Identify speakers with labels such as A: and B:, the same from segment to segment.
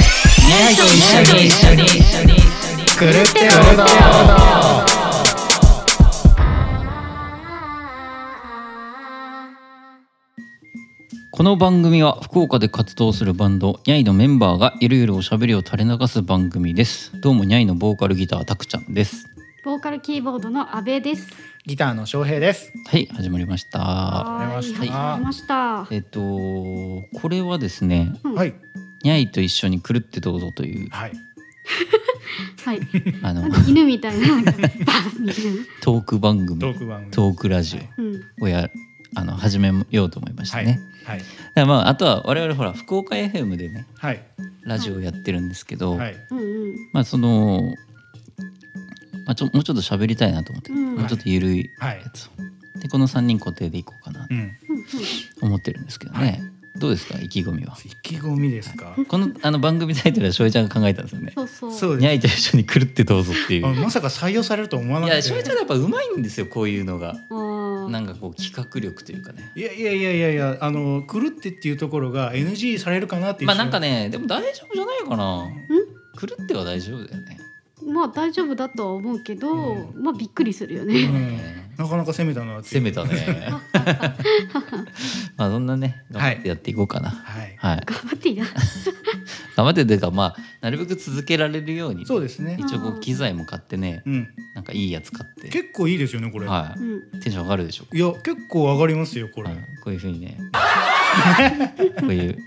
A: 緒に一緒に一緒に一緒に一緒に狂ってるの
B: この番組は福岡で活動するバンドニャイのメンバーがゆるゆるおしゃべりを垂れ流す番組ですどうもニャイのボーカルギターたくちゃんです
C: ボーカルキーボードの阿部です。
A: ギターの翔平です
B: はい始まりました
C: はーい
A: あり
C: 始
A: がとう
C: まり
A: ご
C: ました。
B: えっとこれはですね
A: はい
B: ニャイと一緒に狂ってどうぞという
A: はい
C: はい。
B: あの
C: なんか犬みたいな。なんかバンみたいな。
B: トーク番組
A: トーク番組
B: トークラジ
C: うん。
B: オをやあの始めようと思いました
A: は
B: ね、
A: いはい
B: だからまああとは我々ほら福岡 FM でね
A: はい
B: ラジオやってるんですけど、
A: はい
C: うんうん。
B: まあその、まあ、ちょもうちょっと喋りたいなと思って、
C: うん
B: もうちょっとゆるい
A: はい
B: やつを、でこの3人固定でいこうかな
A: うん
C: うんうん。
B: と思ってるんですけどね、どうですか意気込みは
A: 意気込みですか
B: このあの番組タイトルは翔ちゃんが考えたんですよね
C: そうそう。
A: そ
B: 「
A: う
B: に
A: で
B: ゃいと一緒に狂ってどうぞ」ってい
A: す
B: う
A: あまさか採用されるとは思わないく
B: や翔ちゃ
A: て
B: んやっぱうまいんですよこういうのが
C: あー
B: なんかこう企画力というかね
A: いやいやいやいやいやあの狂ってっていうところが NG されるかなっていう
B: まあなんかねでも大丈夫じゃないかな狂っては大丈夫だよね
C: まあ大丈夫だとは思うけど、
A: う
C: まあびっくりするよ
A: う
C: ね。
A: んなかなか攻めたなってい
B: 攻
A: う
B: めたねまあそんなね頑張ってやっていこうかな、
A: はい
B: はい
C: 頑張っていいな。
B: 頑張ってというかまあなるべく続けられるように
A: そうですね
B: 一応こう機材も買ってね
A: うん
B: なんかいいやつ買って
A: 結構いいですよねこれ
B: は
C: うん。
B: いテンション上がるでしょう
A: いや結構上がりますよこ
B: か、
A: れ
B: はい、こういうふうにねこういうこういう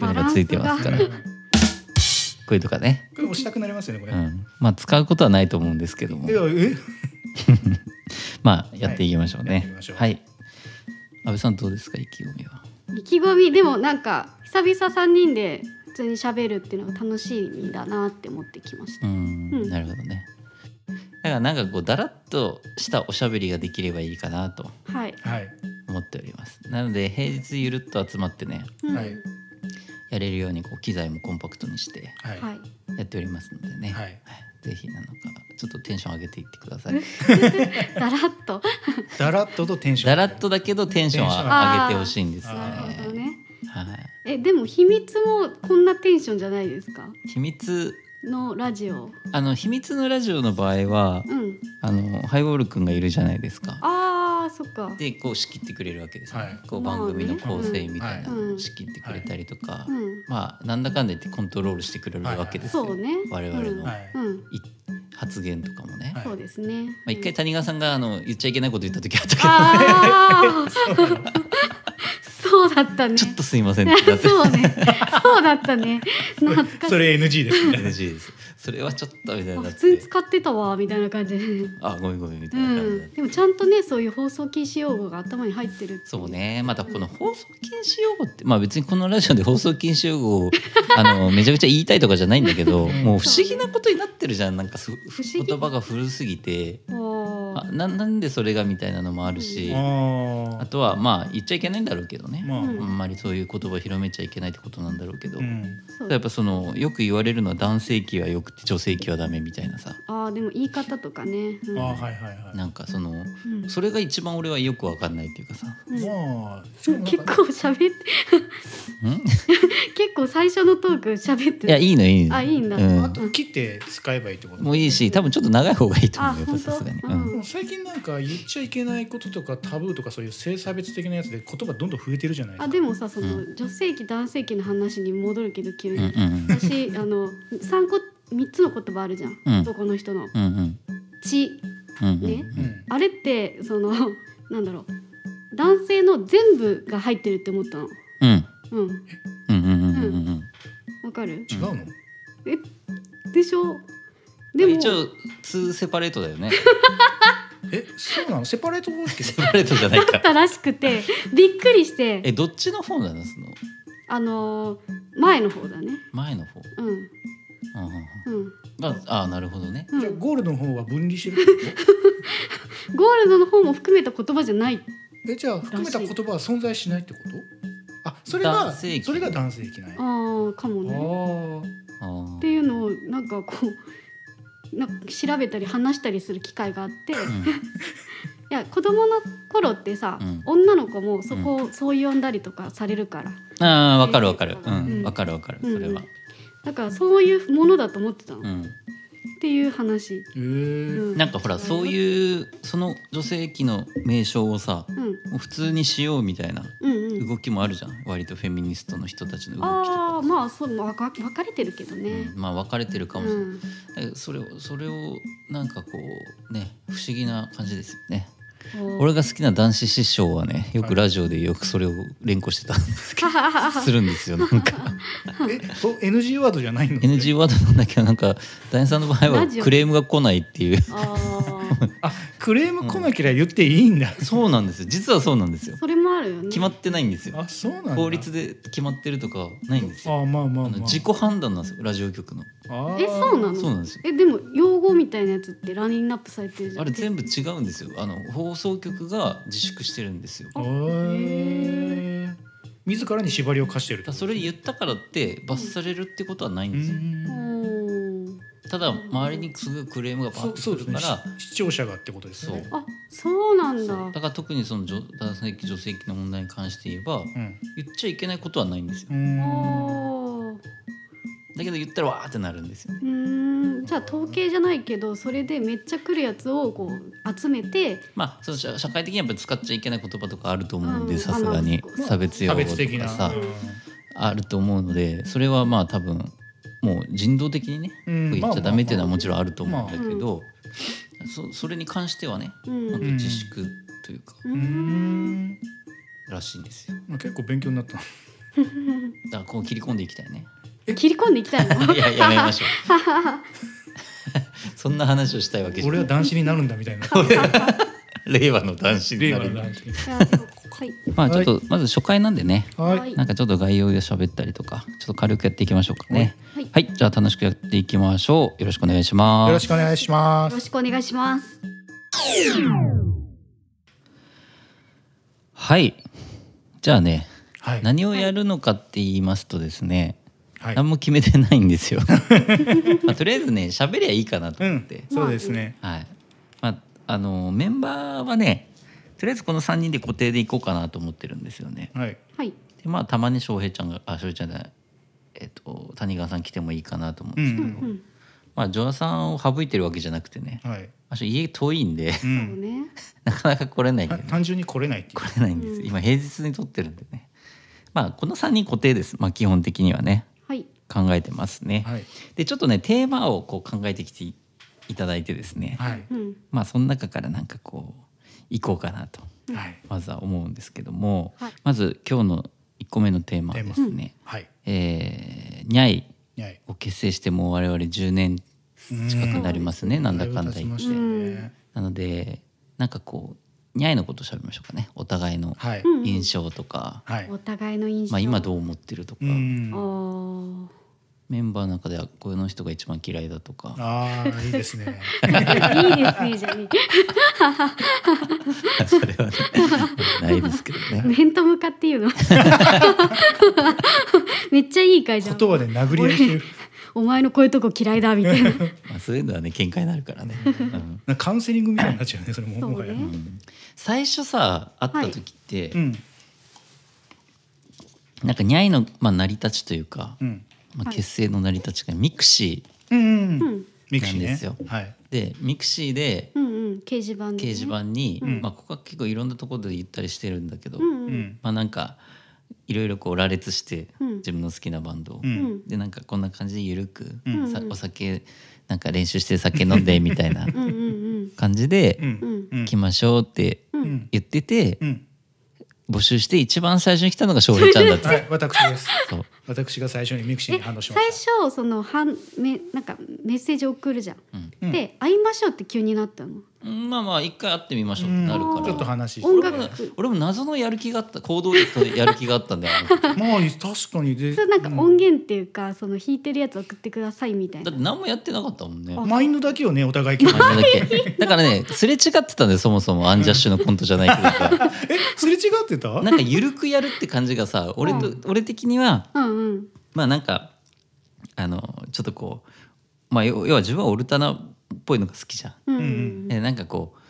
C: バ
B: の
C: ラ
B: が
C: ン
B: つ
C: ス
B: いてま
C: が
B: すからこういうとかね、
A: これ押したくなりますよねこれ、
B: うん、まあ使うことはないと思うんですけども
A: いやえ
B: まあやっていきましょう
A: はいやってい
B: ね
A: きましょう
B: はい安倍さんどうですか意気込みは
C: 意気込みでもなんか久々三人で普通に喋るっていうのが楽しみだなって思ってきまし
B: う
C: た。
B: ん、
C: うん
B: なるほどねだからなんかこうだらっとしたおしゃべりができればいいかなと
C: はい。
A: はい
B: 思っておりますなので平日ゆるっと集まってね
C: うん
A: はい
B: やれるようにこう機材もコンパクトにして
A: はい
C: はい。
B: やっておりますのでね、
A: はい
B: ぜひなのかちょっとテンション上げていってください
C: だらっと。
A: だらっととテンション
B: だらっとだけどテンション
A: テンション
B: は上げてほしいんですよね
C: なるほどね。
B: はい
C: えでも秘密もこんなテンションじゃないですか
B: 秘密
C: のラジオ
B: あの秘密のラジオの場合は
C: うん
B: あのハイボールくんがいるじゃないですか
C: あーそっか
B: でこう仕切ってくれるわけですよね、
A: はい
B: こう
C: まあね
B: 番組の構成みたいな
C: うん
B: の
C: は
B: を
C: い
B: 仕切ってくれたりとか、
C: うん
B: まあなんだかんだ言ってコントロールしてくれるわけですよ、
C: そうね
B: 我々の、
C: うん
A: はい
C: うん
B: い発言とかもね、
A: はい
C: そうですねま
B: まあ、一回谷川さんがあの言っちゃいけないこと言った時あったけど、
C: あー そうだった ね
B: ちょっとすいませんってなって
C: そうねそうだったね懐かし
A: それ NG です ね
B: NG ですそれはちょっとみたい
C: い
B: にな
C: 普
B: っ
C: 通に
B: て
C: 使ってたわみたいな 感じで
B: あごめんごめんみた
C: う
B: いな感じになっ
C: ん
B: て、
C: でもちゃんとねそういう放送禁止用語が頭に入ってるってい
B: そうねまたこの放送禁止用語ってまあ別にこのラジオで放送禁止用語を あのめちゃめちゃ言いたいとかじゃないんだけど
A: うん
B: もう不思議なことになってるじゃんなんかす
C: 不思議
B: 言葉が古すぎて
C: おー
B: あななんでそれがみたいなのもあるし、
A: あ
B: あ
A: あ
B: とはまあ言っちゃいけないんだろうけどね、
A: まあ、
C: うん
B: あんまりそういう言葉を広めちゃいけないってことなんだろうけど、
A: うん
C: そう
B: やっぱそのよく言われるのは男性器はよくて女性器はダメみたいなさ
C: あーでも言い方とかね、うん
A: ああはいはいはい
B: なんかその
C: うん
B: それが一番俺はよくわかんないっていうかさ
C: うん
A: まあ
C: 結構喋って
B: ん
C: 結構最初のトーク喋って
B: いやいいのいいの
C: あいいんだ
B: う
A: あと切って使えばいいってこと
B: もういいし多分ちょっと長い方がいいと思うよ
C: あ
B: やっぱさすがに、
C: 本当
B: うん
A: でも最近なんか言っちゃいけないこととかタブーとかそういう性差別的なやつで言葉どんどん増えてるじゃないです
C: あ
A: か
C: でもさその、
B: う
C: 女性器男性器の話に戻るけど急
B: う
C: に、
B: んうんうん
C: 私あの三個三つの言葉あるじゃん、
B: うん
C: 男の人の
B: うんうん
C: 血
B: うんうん
C: ね
A: うん
C: あれってそのなんだろう男性の全部が入ってるって思ったの
B: うん
C: うん
B: うんうんうんうんうん
C: わかる
A: 違うの、
C: でしょで
B: でも
C: も
B: 一応2セパレートだよね
A: えそうなのセパレート方式
B: セパレートじゃない
C: あ
B: か
C: ったらしくてびっくりして
B: えどっちの方なのその
C: あの前の方だね
B: 前の方、
C: うん
B: うんうん
C: うん
B: うん、ああなるほどね
C: うん
A: じゃあゴールドの方は分離してるって こ
C: ゴールドの方も含めた言葉じゃない。
A: とえじゃあ含めた言葉は存在しないってことあそれが
B: 男性器
A: それが男性器なんや
C: ああ、かもね。
A: あ
B: あー
C: っていうのをなんかこうなんか調べたり話したりする機会があって、いや子供の頃ってさ、
B: うん
C: 女の子もそこをそう呼んだりとかされるから、
B: うん、あーわかるわかる、う、
C: うんん
B: わかるわかる、
C: うん
B: それは、
C: だからそういうものだと思ってたの、
B: う
C: っ
B: ん
C: ていう話、
A: え
C: う
A: ー、
C: ん、
B: なんかほらそう
C: う、
B: いうその女性器の名称をさ
C: うん、
B: もう普通にしようみたいな
C: うんうん
B: 動きもあるじゃん割とフェミニストの人たちの動きと
C: あ
B: か
C: あまあそうまあ分か分かれてるけどね
B: うん、まあ分かれてるか
C: う
B: もしれない、
C: ん、
B: だけどそれをそれをなんかこうね不思議な感じですよね
C: お
B: 俺が好きな男子師匠はねよ
A: は
B: く
A: い
B: ラジオでよくそれを連呼してたんですけ どするんですよなんか
A: えそう NG ワードじゃないの
B: NG ワードなんだけどなんかダニさんの場合は
C: ラジオ
B: クレームが来ないっていう
C: あ
A: あクレーム来なければ言っていいんだ、
B: そうなんですよ実はそうなんですよ
C: ーそれもあるよね
B: 決まってないんですよ
A: あそうなんだ
B: 法律で決まってるとかないんですよ
A: あまあまあま
B: あ
A: あ
B: の自己判断なんですよラジオ局の
A: あー
C: えそうなの
B: そうなんですよ
C: えでも用語みたいなやつってラインナップされてるじゃん
B: あれ全部違うんですよあの放送局が自粛してるんですよだ
A: へ
B: か
A: ー自らに縛りを課してるって
B: ら
A: こ
B: そ
A: と
B: れ言ったからって罰されるってことはないん
A: う
B: ですよ
A: ん
C: おー
B: ただ周りにすぐクレームがバ
A: そ
B: ー
A: う
B: ッ
A: そ
B: と
A: う
B: く
A: で
B: る
A: すね
B: か
A: し
B: ら
A: 視聴者がってことですね
B: そう
C: あそうなん
B: そう
C: だ
B: だから特にその女男性器女性器の問題に関して言えば
A: うん
B: 言っちゃいけないことはないんですよ
A: うーん
C: おー
B: だけど言ったらわーってなるんですよね
C: うーんじゃあ統計じゃないけどそれでめっちゃ来るやつをこう集めて
B: まあその社社会的にやっぱ使っちゃいけない言葉とかあると思うん
C: う
B: で
C: ん
B: さすがに
C: まあ
B: 差別用
A: 差
B: 語と
A: 別的な
B: かさ
A: う
B: あると思うのでそれはまあ多分もう人道的にね
A: ん
B: 言っちゃダメっていうのはもちろんあると思うん
A: まあ
B: だけど、そそれに関してはね
C: うん
B: 本当
C: う
B: に自粛というか、
C: ー
A: うんん
B: らしいんですよ
A: まあ結構勉強に なった
B: だからこう切り込んでいきたいね
C: 切り込んでいきたいの
B: いややめましょう そんな話をしたいわけじゃ
A: 俺
B: ない
A: は男子になるんだみたい な
B: 令和の男子に
A: 令
B: な
A: 和の
B: る
A: 男子に
C: いやでもはい
B: まあちょっとまず初回なんでね
A: はい
B: なんかちょっと概要を喋ったりとかちょっと軽くやっていきましょうかね
C: はい
B: はい、じゃあ楽しくやっていきましょうよろしくお願いします
A: よろしくお願いしま
C: よろ
A: す
C: しくお願いします
B: はいじゃあね
A: はい
B: 何をやるのかって言いますとですね、
A: はい
B: 何も決めてないんですよ。 まあ、とりあえずね喋りゃいいかなと
A: う
B: 思っ
A: ん
B: て、
A: そうですね
B: はいまあ、あのメンバーはねとりあえずこの3人で固定でいこうかなと思ってるんですよね。
A: はい
C: はい
B: でまあたまに翔平ちゃんがあ翔平ちゃんじゃない、えっと谷川さん来てもいいかなと思うん
A: う
B: です、
A: ん
C: うん
B: まあジョアさんを省いてるわけじゃなくてね、
A: はい
B: まあ、家遠いんで
A: う
C: そうんね
B: なかなか来れないんで
A: た
B: ね、
A: 単純に来れないっていう
B: 来れないんですよ今平日に撮ってるんでね。まあこの3人固定です、まあ、基本的にはね
C: はい
B: 考えてますね。
A: はい
B: でちょっとねテーマをこう考えてきていただいてですね、
A: はい
C: うん
B: まあその中からなんかこう行こうかなと
A: はい
B: まずは思うんですけども、
C: はい
B: まず今日の1個目のテーマはですね
A: はい
B: 「えーニャイ
A: はい」
B: を結成してもう我々10年近くなりますね、なんだかんだ
A: だい
B: 言
A: ぶ経
B: っ
A: ち
B: て
A: ましたよね
B: なのでなんかこうニャイのことをしゃべりましょうかねお互いの
A: はい
C: うんうん
B: 印象とか、
A: はい
C: お互いの印象
B: まあ、今どう思ってるとか、
A: うん
C: あ
B: メンバーの中ではこの人が一番嫌いだとか
A: ああいいですね
C: ーいいですねじゃあね
B: それはねないですけど ね。
C: 面と向かって言うの めっちゃ いい会じゃん
A: 言葉で殴り合いしてる
C: お前のこういうとこ嫌いだみたいな
B: まあ、そういうのはね喧嘩になるからね、うん
A: なんかカウンセリングみたいになっちゃうねそれも
C: そうね
A: もはや
B: うん最初さ会った時って、
A: うん
B: なんかニャイの、まあ、成り立ちというか、
A: うん
B: まあ、
C: はい
B: 結成の成り立ちがミクシ
A: うんう
C: うんん
A: ミク
B: な
A: シー
B: んで
A: ね
B: すよ
A: はい
B: ーでミクシーで
C: うんうん掲示板でね
B: 掲示板に、
A: うん
B: まあ、ここは結構いろんなところで言ったりしてるんだけど、
C: うん
A: う
C: うん
A: ん
B: まあなんかいろいろこう羅列して、
C: うん
B: 自分の好きなバンドを、
A: う
C: うんん
B: でなんかこんな感じでゆるく、
A: うん
B: さ
C: うん
B: お酒なんか練習して酒飲んでみたいな
C: うんうん
B: 感じで
A: う、ん
C: うんうん
A: うん
B: 来ましょうって
A: うん
B: 言ってて。
A: うん
B: 募集して一番最初に来たのが翔平ちゃんだった。
A: はい私です
B: そう
A: 私が最初にミクシー
C: え
A: に反応しま
C: 最
A: し
C: 初そのはんめなんかメッセージ送るじゃん、
A: うん
C: で「会いましょう」って急になったの
B: うんまあまあ一回会ってみましょ
A: た
B: うってなる
A: うん
B: か
A: ちょっと
B: ら。
A: 話して
C: 音
B: 俺も
C: 楽
B: 俺も謎のやる気があった行動力とやる気があったんだよ。あの時
A: まあ確かにで
C: 普通なんか
A: うん
C: 音源っていうか、その弾いてるやつ送ってくださいみたい
B: だ
C: な
B: って何もやってなかったもんね。あ
A: マインドだけをねお互い決 め
B: れ
A: て
B: だけだからねすれ違ってたんだよそもそもアンジャッシュのコントじゃないけどさ
A: えすれ違ってた
B: なんか緩くやるって感じがさ俺と、俺的には
C: うんうん
B: まあなんかあのちょっとこうまあ要要は自分はオルタナっぽいのが好きじゃん。
C: うんうんん
B: でなんかこう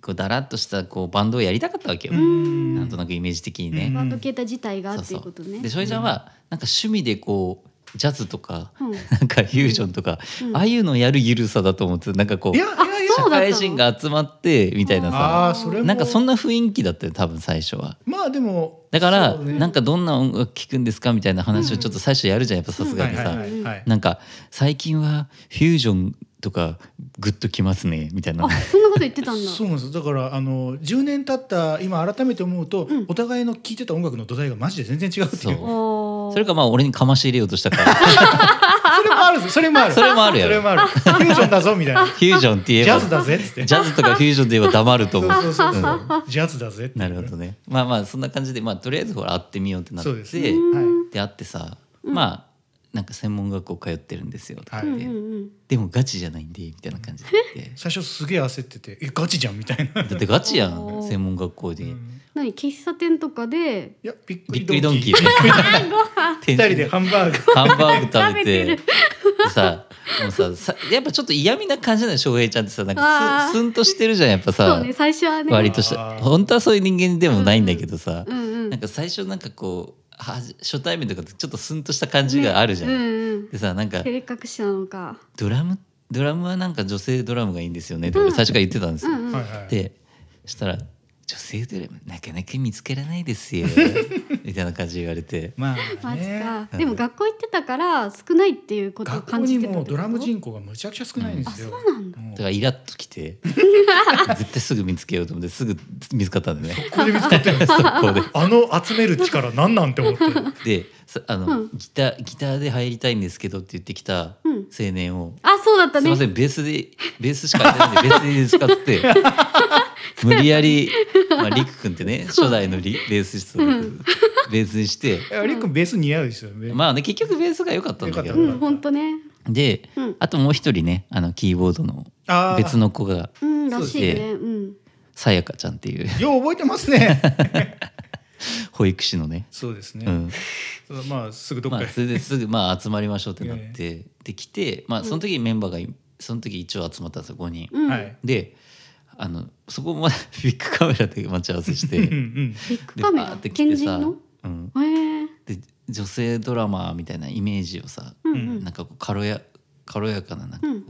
B: こうだらっとしたこうバンドをやりたかったわけよ。
A: うん
B: なんとなくイメージ的にね。
A: うん
C: バンド携帯自体が
B: そう
C: ってい
B: そう
C: ことね
B: で翔平ちゃんはなんか趣味でこうジャズとか
C: うん
B: なんかフュージョンとか、
C: うん
B: ああいうのやるゆるさだと思ってなんかこう
A: いやい
C: あ
A: やいや
C: そ
B: 社
C: うだったの
B: 会人が集まってみたいなさ
A: あーそれも
B: なんかそんな雰囲気だったよ多分最初は。
A: まあでも
B: だから、
A: そうね
B: なんかどんな音楽聴くんですかみたいな話をちょっと最初やるじゃんやっぱさすがにさ、
A: はいはいはいはい
B: なんか最近はフュージョンとかグッときますねみたいな
C: あそんなこと言ってたんだ
A: そうなんですだからあの10年経った今改めて思うと、
C: うん
A: お互いの聴いてた音楽の土台がマジで全然違うっていう
B: そ
C: おー
B: それかまあ俺にかまし入れようとした から
A: それもあるんですそれもある
B: それもあるよ
A: それもあるフュージョンだぞ みたいな
B: フュージョンって言え
A: ジ
B: ば
A: ャズだぜっつって
B: ジャズとかフュージョンで言えば黙ると
A: そ
B: 思
A: う
B: う
A: そうそうそう
B: うん
A: ジャズだぜって
B: なるほどねまあまあそんな感じでまあとりあえずほら会ってみようってなっ
A: そう
B: て
A: ですね
C: うん
A: はい
B: で会ってさ、まあなんか専門学校通ってるんですよとか言
C: う
B: っ
C: ん
B: て、
C: うんうん
B: でもガチじゃないんでみたいな感じで言って
A: 最初すげえ焦ってて「えガチじゃん」みたいな、
B: だってガチや
C: お
B: ん
C: ー
B: 専門学校で、
A: うん
C: 何喫茶店とかで
A: いやびっ
B: びっ
A: く
B: く
A: り
B: り
A: ド
B: ド
A: ン
B: ン
A: キ
B: キ
A: ー
B: ー
A: 二人でハンバーグ
B: ハンバーグ食べて
C: 食べてる
B: でさもうささやっぱちょっと嫌味な感じなの翔平ちゃんってさなん
C: あ
B: か
C: ー
B: ススンとしてるじゃんやっぱ
C: そう
B: さ、
C: ね最初はね
B: 割とし
A: あ
B: た
A: ー
B: 本当はそういう人間でもないんだけどさ、
C: うんうん
B: なんか最初なんかこうはじ初対面とかってちょっとスンとした感じがあるじゃん。
C: うんうん
B: でさなんか
C: 照れ隠しなのか
B: ドラムドラムはなんか女性ドラムがいいんですよねって
C: う
B: 俺
C: ん
B: 最初から言ってたんです
C: う
B: よ。
C: んうん
A: はいはい
B: でそしたら「女性ドラムなかなか見つからないですよ」 みたいな感じで言われて。
A: まあ
C: マジ
A: ね
C: かでも学校行ってたから少ないっていうことを
A: 学校
C: 感じ
A: に
C: てた
A: もドラム
C: 人
A: 人口がむちゃくちゃ少ないんですよ、
C: そうなんだ
A: うん
B: だからイラッとき て絶対すぐ見つけようと思ってすぐ見つかったんだよ ね
A: ここで見つかってるんです
B: 速攻で。
A: あの集める力なんなんて思って
B: でさあの、
C: うん
B: ギターギターで入りたいんですけどって言ってきた青
C: うん
B: 年を
C: あそうだった
B: すい
C: ね
B: ませんベースでベースしか入ってないんでベースで使って無理やり、まあ、リク君ってね初代のリベース室を
C: うん
B: ベースにして
A: えりっくんベース似合うですよね、
B: まあね結局ベースが良かったんだけ
A: 良
B: ど
A: か
C: うん本当ね
B: で
C: うん
B: あともう一人ねあのキーボードの
A: あー
B: 別の子が
C: うんらしい
B: そう
C: ねうん
B: さやかちゃんっていう
A: よ う覚えてますね
B: 保育士のね、
A: そうです
B: う
A: ね、
B: ん、
A: まあすぐどっ
B: ま
A: かへ、
B: あそれですぐまあ集まりましょうってなってできてまあその時メンバーがその時一応集まったんですよ5人。
C: うん
A: はい
B: であのそこまで ビッグカメラで待ち合わせし
A: うんう
B: て。
A: ん
C: ビッグ
B: で
C: カメ
B: バー
C: ラ
B: って
C: 天
B: 来てさ
C: 神の
B: うん、
C: へえ
B: で女性ドラマーみたいなイメージをさ、
C: うんうん
B: なんかこう軽や軽やかななんかこう、
C: うん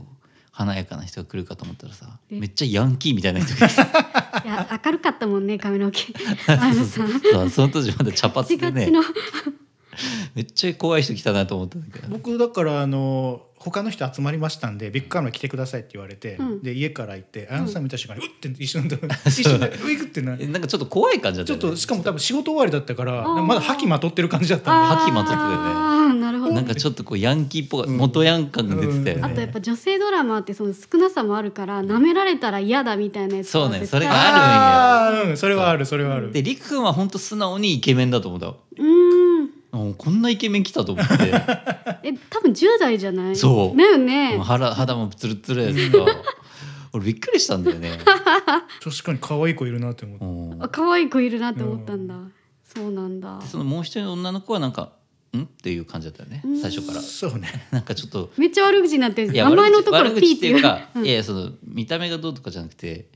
B: 華やかな人が来るかと思ったらさ
C: え
B: めっちゃヤンキーみたいな人が来て
C: いや明るかったもんね 髪の毛 あのさ
B: そうその当時まだ茶
C: ガチ
B: 髪でね
C: ガチの
B: めっちゃ怖い人来たなと思ったんだけど
A: 僕だからあの他の人集まりましたんでビッグカメラ来てくださいって言われて、
C: うん
A: で家から行ってあのさん見た瞬間にうって一 瞬で一瞬でういくってな
B: えなんかちょっと怖い感じだった
A: ちょ
B: よ
A: っ
B: ね
A: としかも多分仕事終わりだったから
C: あー
A: まだ覇気まとってる感じだったんで
C: あー
B: 吐きまとってたよね
C: あーなるほど
B: なんかちょっとこうヤンキーっぽい、
A: うん
B: 元ヤン感が出てたよね、
A: うん
C: あとやっぱ女性ドラマってその少なさもあるから舐められたら嫌だみたいなやつ
B: そうね
C: 絶対
B: それが
A: ああーうんそれはあるそれはある
B: でりくくんは本当素直にイケメンだと思った
C: うーん
B: うんこんなイケメン来たと思って
C: え多分10代じゃない
B: そう
C: だよ
B: もう
C: ね
B: 肌肌もツルツルやつが俺びっくりしたんだよね、
A: 確かに可愛い子いるなって思って
B: うん
C: あ可愛い子いるなって思ったんだ、そうなんだ
B: でそのもう一人の女の子はなんか「ん?」っていう感じだったよね
C: うん
B: 最初から
A: そうね
B: なんかちょっと
C: めっちゃ悪口になってる
B: いや
C: 名前のところ
B: 悪口
C: P
B: 悪口
C: っ
B: ってて
C: い
B: いううか、
C: うん
B: いやいやその見た目がどうとかじゃなくて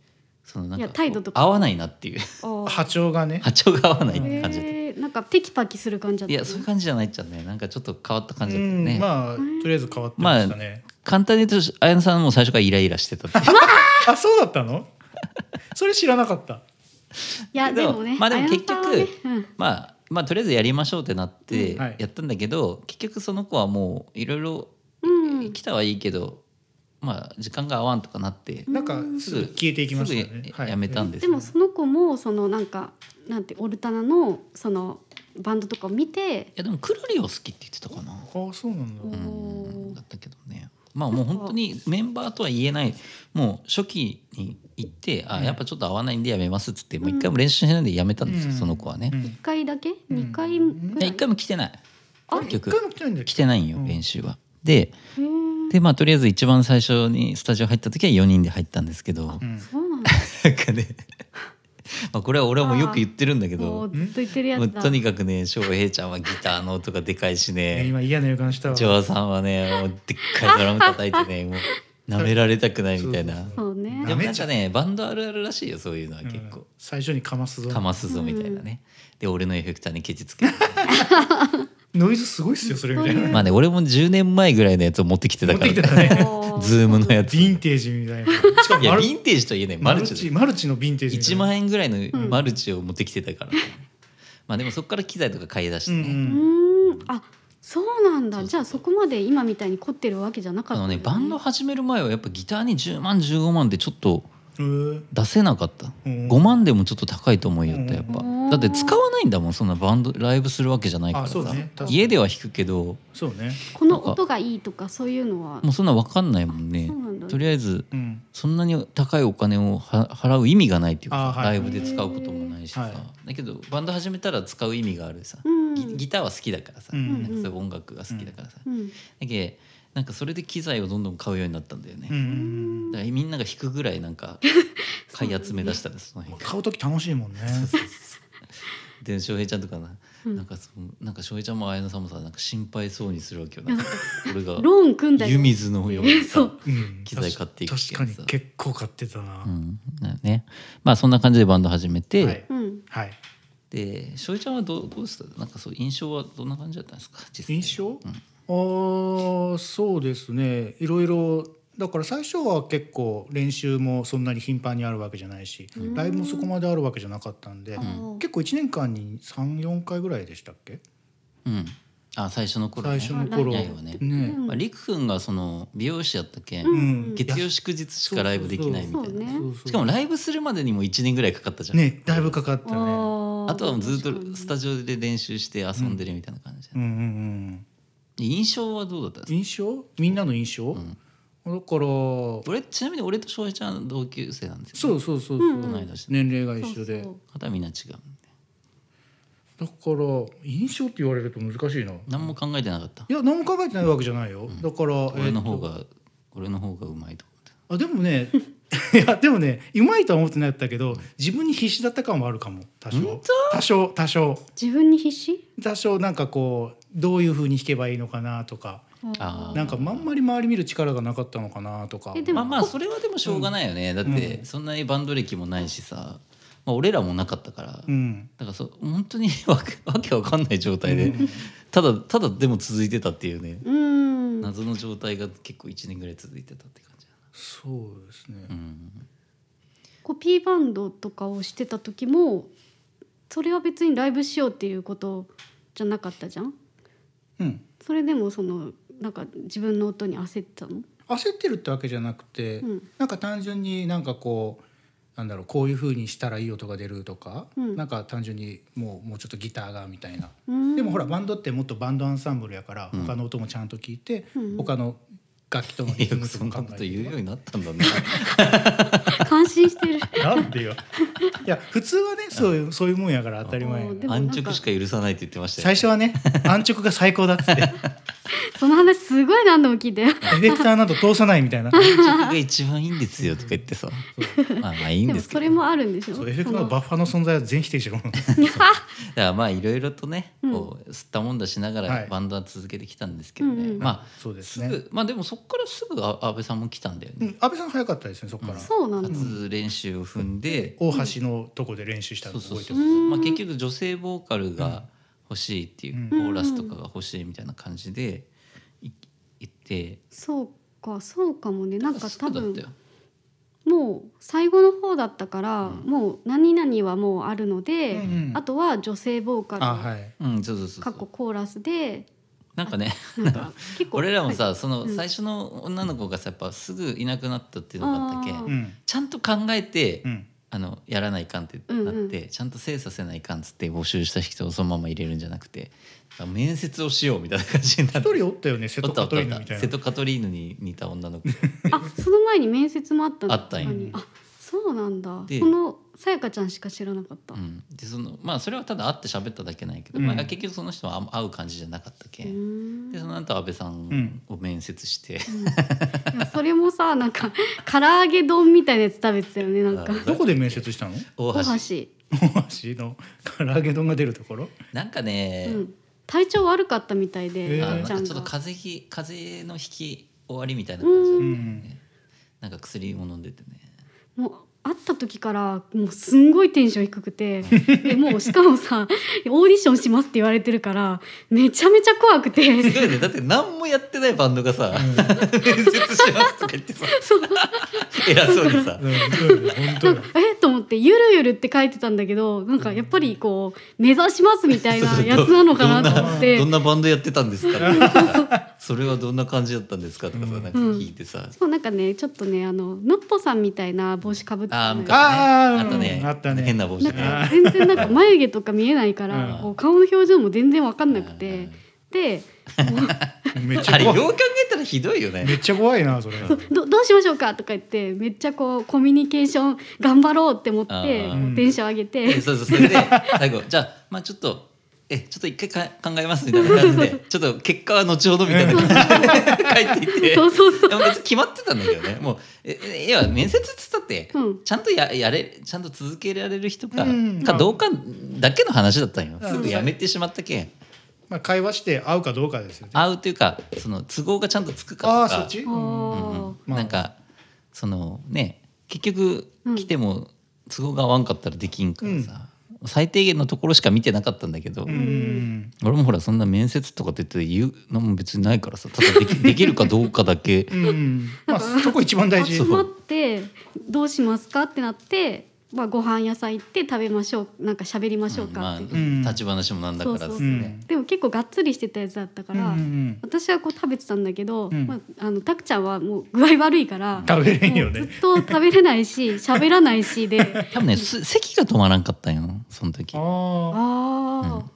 B: そのなんか
C: いや態度とか
B: 合わないなっていう
C: あー
A: 波長がね
B: 波長が合わないって感じだった、
C: えー、なんかテキパキする感じだった
B: いやそういう感じじゃないっちゃねなんかちょっと変わった感じだったよ
A: う
B: ね、
A: んまあとりあえず変わってましたね、
B: 簡単に言うと綾乃さんも最初からイライラしてた っていう
A: あ、そうだっ たのそれ知らなかった
C: いや
B: け
C: で
B: ど
C: もね
B: まあでも結局、
C: 綾野さんはねうん
B: まあまあとりあえずやりましょうってなって
A: うんはい
B: やったんだけど、結局その子はもういろいろ
C: うん
B: 来たはいいけど、まあ時間が合わんとかなって、
A: なんかすぐ消えていきましたね
B: すぐやめたんです
C: で
B: よ、
C: もその子もそのなんかなんてオルタナのそのバンドとかを見て
B: いやでもクルリを好きって言ってたかな、
A: はいあそうなんだ
C: う
B: う
C: おん
B: ん、だったけどねまあもう本当にメンバーとは言えないもう初期に行ってあやっぱちょっと合わないんでやめますっつってもう一回も練習しないでやめたんですよ、
A: うん
B: その子はね、
A: うん
B: い
C: 一回だけ
A: ん
C: 二回ぐら
B: や
C: い
B: 一回も来てない
C: あ
B: 結局
A: 一回も来てないんだよ
B: 来てないんよ、
A: うん
B: 練習はで
C: へー
B: でまあとりあえず一番最初にスタジオ入った時は4人で入ったんですけど、
A: うん
C: そうなんだ
B: なんかね まあこれは俺はもうよく言ってるんだけ
C: もう
B: ど
C: ずっと言ってるや
B: もう
C: つだ
B: とにかくね翔平ちゃんはギターの音がでかいし
A: いや
B: ね
A: 今嫌な予感したわ
B: ジョアさんはねもうでっかいドラム叩いて ねもう舐められたくないみたいな
A: そう
C: そうね
B: でもなん
A: 舐めちゃ
B: か
A: う
B: ねバンドあるあるらしいよそういうのは結
A: うん
B: 構、
A: 最初にかますぞ
B: かますぞみたいなね、で俺のエフェクターにケチつけて
A: ノイズすごいっすよそれみたいな
B: まあね俺も10年前ぐらいのやつを持ってきて
A: 持
B: た
A: っ
B: から
A: てきてた
B: ね
A: ね
B: ズームのやつ
A: ヴィンテージみたいなしか
B: い
A: も
B: や
A: マ
B: ヴ
A: ル
B: ィンテージといえないマ
A: マ
B: ル
A: ル
B: チ
A: チ
B: だ
A: マルチのヴィンテージみたい
B: 1
A: な
B: 万円ぐらいのマルチを持ってきてたから、まあでもそこから機材とか買い出して
A: う
B: ね、
C: うんーんあそうなん
B: そう
C: だ
B: そう
C: じゃあそこまで今みたいに凝ってるわけじゃなか
B: あ
C: った
B: の
C: んだ
B: ね
C: ね
B: バンド始める前はやっぱギターに10万15万でちょっと
A: うんへえ
B: 出せなかった、
A: うん
B: 5万でもちょっと高いと思うよってやっぱ、
C: うん
B: だって使わないんだもんそんなバンドライブするわけじゃないから
A: あ
B: さ、
A: そうね確かに
B: 家では弾くけど
A: そうね
C: この音がいいとかそういうのは
B: もうそんな分かんないもんね
C: そうなんだ
B: とりあえず
A: うん
B: そんなに高いお金をは払う意味がないっていうか
A: あ
B: さ、
A: はい
B: ライブで使うこともないしさ、
A: はい
B: だけどバンド始めたら使う意味があるさ、
C: うん
B: ギギターは好きだからさ、
A: うん
B: なんかそういう音楽が好きだからさ、
C: うん
B: だけどなんかそれで機材をどんどん買うようになったんだよね、
A: うんうん
B: だからみんなが弾くぐらいなん か買い集め出したらその
A: うん
B: 辺
A: 買う時楽しいも んね
B: で翔平ちゃんとかな、
C: うん
B: なんかそのなんか翔平ちゃんも綾野さんもさなんか心配そうにするわけよなんか俺が
C: ローン組んだ
B: 湯
C: り
B: 水のように
C: そ
B: さ
C: う、
A: うん
B: 機材買っていく
A: 確かに結構買ってたな
B: うんね、まあそんな感じでバンド始めて、
A: はい
C: うん、
A: はい
B: で翔平ちゃんはどうどうでしたなんかそう印象はどんな感じだったんですか実際
A: 印象
B: うん
A: あーそうですねいろいろだから最初は結構練習もそんなに頻繁にあるわけじゃないし
C: うん
A: ライブもそこまであるわけじゃなかったんで
C: あー
A: 結構1年間に34回ぐらいでしたっけ
B: うん、あ最初の頃ね
A: 最初の頃
B: ライブはね
A: ね
C: うん
B: まあ、りくくんがその美容師やったけん、
C: うん
B: 月曜祝日しかライブできないみたいな、
C: そうね
B: しかもライブするまでにも1年ぐらいかかったじゃん、
A: ねだいぶかかったね
C: あー
B: あとはもうずっ
C: 確か
B: と
C: に
B: スタジオで練習して遊んでるみたいな感じ、
A: うんうんうん
B: 印象はどうだったんですか、
A: 印象みんなの印象、
B: ん
A: だから
B: 俺ちなみに俺と翔平ちゃんは同級生なんですよ
A: そうそうそうそう、
C: うん
B: 同い年で
A: 年齢が一緒で
C: そう
B: あとはみんな違う
A: だから印象って言われると難しいな
B: 何も考えてなかった
A: いや何も考えてないわけじゃないよ、だから
B: 俺の方
A: えーっ
B: が俺の方がうまいと思って
A: とあでもね いやでもねうまいとは思ってなかったけど自分に必死だった感はあるかも多少多少多少
C: 自分に必死
A: 多少なんかこうどういう風に弾けばいいのかなとか
B: あー
A: なんかあんまり周り見る力がなかったのかなとか
C: えでも
B: まあまあそれはでもしょうがないよね、だってそんなにバンド歴もないしさ、まあ、俺らもなかったから、
A: うん
B: だからそ本当に わけわけわかんない状態で、
A: うん
B: ただただでも続いてたっていうね、
C: うん
B: 謎の状態が結構1年ぐらい続いてたって感じだ
A: そうですね、
B: な、うん、
C: コピーバンドとかをしてた時もそれは別にライブしようっていうことじゃなかったじゃん
A: うん、
C: それでもそのなんか自分の音に焦ってたの
A: 焦ってるってわけじゃなくて、
C: うん
A: なんか単純になんかこうなんだろうこういう風にしたらいい音が出るとか、
C: うん
A: なんか単純にもうもうちょっとギターがみたいな、
C: うん
A: でもほらバンドってもっとバンドアンサンブルやから、
B: うん
A: 他の音もちゃんと聞いて、
C: うん
A: 他の楽器とのリ
B: い
A: ズ
B: や
A: ムと
B: そんな
A: か
B: こ
A: 考
B: と
A: え
B: 言うよう
A: て
B: になったんだね
C: 感心してる
A: なん でよいや普通はねそういうそういうもんやから当たり前や
C: あーでもなんか
B: 安直しか許さないって言ってましたよ、
A: 最初はね安直が最高だっつって
C: その話すごい何度も聞いて
A: エフェクターなど通さないみたいな
B: 安直が一番いいんですよとか言ってさ まあまあいいん
C: で
B: で
C: も
B: すけど
C: それもあるんでしょ
A: そうエフェクター
C: そ
A: のバッファの存在は全否定してるも
B: だ
A: ん
B: からまあいろいろとね、
C: うん
B: こう吸ったもんだしなが
A: は
B: ら
A: い
B: バンドは続けてきたんですけどね、
C: うんうん
B: まあ
A: そうです
B: す
A: ね
B: ぐまあでもそこからすぐあ安倍さんも来たんだよ
A: う
B: ね、
A: ん、安倍さん早かったですねそこから、
C: そうなんだ
B: 初練習を踏んで、
A: 大橋のとこで練習した
B: そ
A: の
B: うそう
A: 覚えて
B: そ
A: る
B: う、まあ、結局女性ボーカルが欲しいっていう、
A: うん
B: コーラスとかが欲しいみたいな感じでい行って
C: そうかそうかもねなんか
B: す
C: 多
B: ぐだっ
C: 分
B: たよ
C: もう最後の方だったから、
B: ん
C: もう何々はもうあるので、
A: うんうん
C: あとは女性ボーカル、
A: あはい
B: うんそうそうそう
C: かっこコーラスで
B: なんかね
C: なんか結構
B: 俺らもさ、
C: はい
B: その
C: うん
B: 最初の女の子がさやっぱすぐいなくなったっていうのがあったけ
C: あー
A: うん
B: ちゃんと考えて、
A: うん
B: あのやらないかんってなって、
C: うんう
B: ちゃんと精査せないかんっつって募集した人をそのまま入れるんじゃなくてあ面接をしようみたいな感じになって
A: 一人おったよね瀬戸カトリーナみたい
B: 瀬
A: な
B: 戸カトリーヌに似た女の子
C: あその前に面接もあったの
B: あったんよ
C: 他にあそうなんだ
B: で
C: そのさやかちゃんしか知らなかった、
B: う、
C: うん
B: でそのまあそれはただ会って喋っただけないけど、
A: うん
B: まあ、結局その人はあん会う感じじゃなかったけ、
C: ー
B: ん、
C: ん
B: でその後安倍さんを面接して、
C: いやそれもさなんか唐揚げ丼みたいなやつ食べてたよねなんか
B: あ
A: どこで面接したの
B: 大
C: 大
B: 橋
C: 橋、
A: 大橋の唐揚げ丼が出るところ
B: なんかね、
C: うん、体調悪かったみたいで、
A: へー
B: あ
C: あ
B: のなん
C: のちゃ
B: か
C: ん
B: ちょっと
C: が
B: 風邪ひ風邪の引き終わりみたいな感じだったんだよ
A: うん
B: ね、なんか薬も飲んでてね
C: もう会った時からもうすんごいテンション低 くてでもうしかもさオーディションしますって言われてるからめちゃめちゃ怖く
B: す
C: て
B: ごいねだって何もやってないバンドがさ「面接します」とか言ってさ
C: そう
B: 偉そうにさ
A: うんそうよ本当
C: な
A: よ
C: んかえと思って「ゆるゆる」って書いてたんだけどなんかやっぱりこう目指しますみたいなやつなのかなと思っ
B: ど
C: て
B: んなバンドやってたんですかとかそれはどんな感じだったんですかとかさなんか聞いてさ、
C: そうなんかねちょっとねあののっぽさんみたいな帽子かぶってたのよ
B: あー
A: あ
B: あ
A: ー
B: とね
A: あったね
B: 変な帽子
C: なん
B: ね
C: か全然なんか眉毛とか見えないか
A: う
C: ら
A: ん
C: こう顔の表情も全然わかんなくてで
A: めっち
B: あ
A: ゃ
B: れよう
A: 怖い
B: 考えたらひどいよね
A: めっちゃ怖いなそれ。
C: どどうしましょうかとか言ってめっちゃこうコミュニケーション頑張ろうって思って
B: あ
C: も
B: ー
C: うテンション上げて
B: えそうそうそれで最後じゃあまあちょっとえちょっと一回か考えますみたいな感じでちょっと結果は後ほどみたいな感じで帰っていって
C: そうそうそう
B: でも別に決まってたんだけどねもうええいや面接っつったって、
C: うん
B: ちゃんとややれちゃんと続けられる人か,、
A: うん
B: かどうかだけの話だったんよ、
A: うん
B: すぐやめてしまったけん
A: まあ会話して合うかどうかですよね。
B: 会うというかその都合がちゃんとつく
A: あ
B: か
A: あ
B: と
A: そっ
B: か
A: ち。うん
C: あ
A: まあ
B: なんかそのね結局
C: うん
B: 来ても都合が合わんかったらできんからさ、最低限のところしか見てなかったんだけど、
A: うん
B: 俺もほらそんな面接とかって言って言うのも別にないからさただできできるかどうかだけ
A: うんうん。まあそこ一番大
C: ー
A: 事
C: 集。まってどうしますかってなって、まあ、ご飯屋さん行って食べましょうなんか喋りましょうか
B: まあ、
C: って、
A: ん
B: 立ち話もなんだから
C: そうそう
B: っ
C: そう
B: つっ
A: う
B: てね
A: ん。
C: でも結構がっつりしてたやつだったか
A: うんう
C: ら、
A: ん
C: 私はこう食べてたんだけど、
A: うん
C: まあ、あのたくちゃんはもう具合悪いから
A: うん。食べれん
C: も
A: よ
C: うずっ
A: ね。
C: と食べれないし喋らないしで
B: 多分ねす席が止まらんかったんよその時
A: あ
C: あ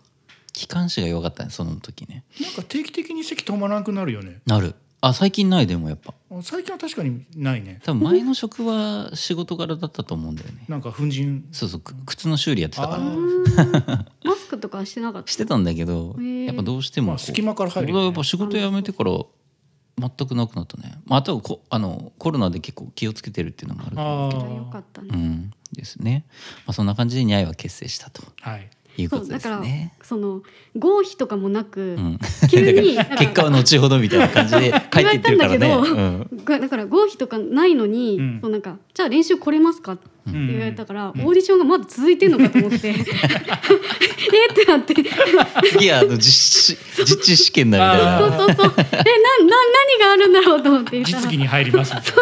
B: 機関士が弱かったねその時ね
A: あなんか定期的に席止まらなくなるよね。
B: なるあ最近ないでもやっぱ
A: 最近は確かにないね。
B: 多分前の職は仕事柄だったと思うんだよね
A: なんか粉塵。
B: そうそうく靴の修理やってた から
C: あ、
A: あ
C: マスクとかはしてなかった
B: してたんだけど
C: へー
B: やっぱどうしても
A: ま
B: こ
A: あ
B: う
A: 隙間から入
B: 俺
A: る
B: はや
A: よ
B: っ
A: ね
B: ぱ。仕事辞めてから全くなくなったね、まあ、あとはこあのコロナで結構気をつけてるっていうのもあるから
A: あ
C: けどよかったね
B: う。ん、ですね。まあ、そんな感じでニャイは結成したと
A: あ。はい。
B: いうこ
C: そ
B: と
C: う
B: で
C: だ
B: す
C: から
B: ね。
C: その合否とかもなく、
B: うん、
C: 急 に
B: だから結果は後ほどみたいな感じで帰っていってるからね。
C: 言われたんだけ
B: う
C: ど
B: ん
C: がだから合否とかないのに、
A: うん
C: そうなんかじゃあ練習来れますかって
A: うん
C: 言われたから、オーディションがまだ続いてんのかと思 って えってなって
B: 次はあの実施実地試験だみた
C: そ
B: いうな。
C: そうそうえなな何があるんだろうと思って言ったら
A: 実技に入りますみたい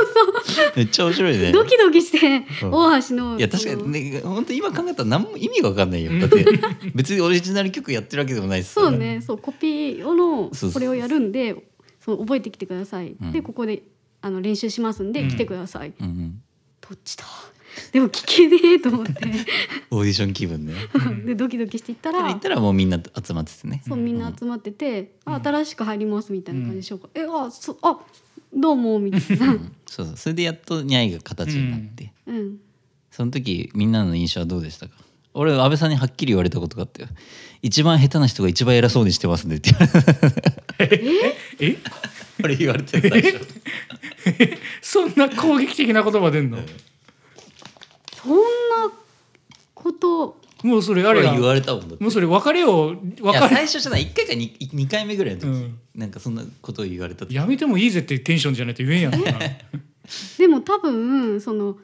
A: な。
B: めっちゃ面白いね。
C: ドキドキして
B: うん
C: 大橋の
B: いや確かにね本当今考えたら何も意味が分かんないよ。だって別にオリジナル曲やってるわけでもないしさ
C: そうね、そうコピーをの
B: そうそうそう
C: これをやるんで、そう覚えてきてください。
B: うん
C: でここであの練習しますんで
A: うん
C: 来てください。
B: うんうん、
C: どっちだ。でも聞けねえと思って、
B: オーディション気分ね。
C: でドキドキしていった
B: それ
C: ら
B: 言っ、たらもうみんな集まっててね。
C: そうみんな集まってて、あ新しく入りますみたいな感じでしょうか。えあそあどうもみたい な
B: う。んそうそうそれでやっとニャイが形になって。
C: うん。
B: その時みんなの印象はどうでしたか俺安倍さんにはっきり言われたことがあったよ一番下手な人が一番偉そうにしてますねって
A: え？
B: 俺言われてた最初
A: そんな攻撃的な言葉出んの？
C: そんなこと
A: もうそれ あ
B: 俺
A: れや
B: 言われたもんだって
A: もうそれ別れを
B: いや
A: 別れ
B: 最初じゃない1回か 2, 二回目ぐらいの時、
A: うん
B: なんかそんなことを言われたって
A: やめてもいいぜっていうテンションじゃないと言えんやろな。
C: でも多分その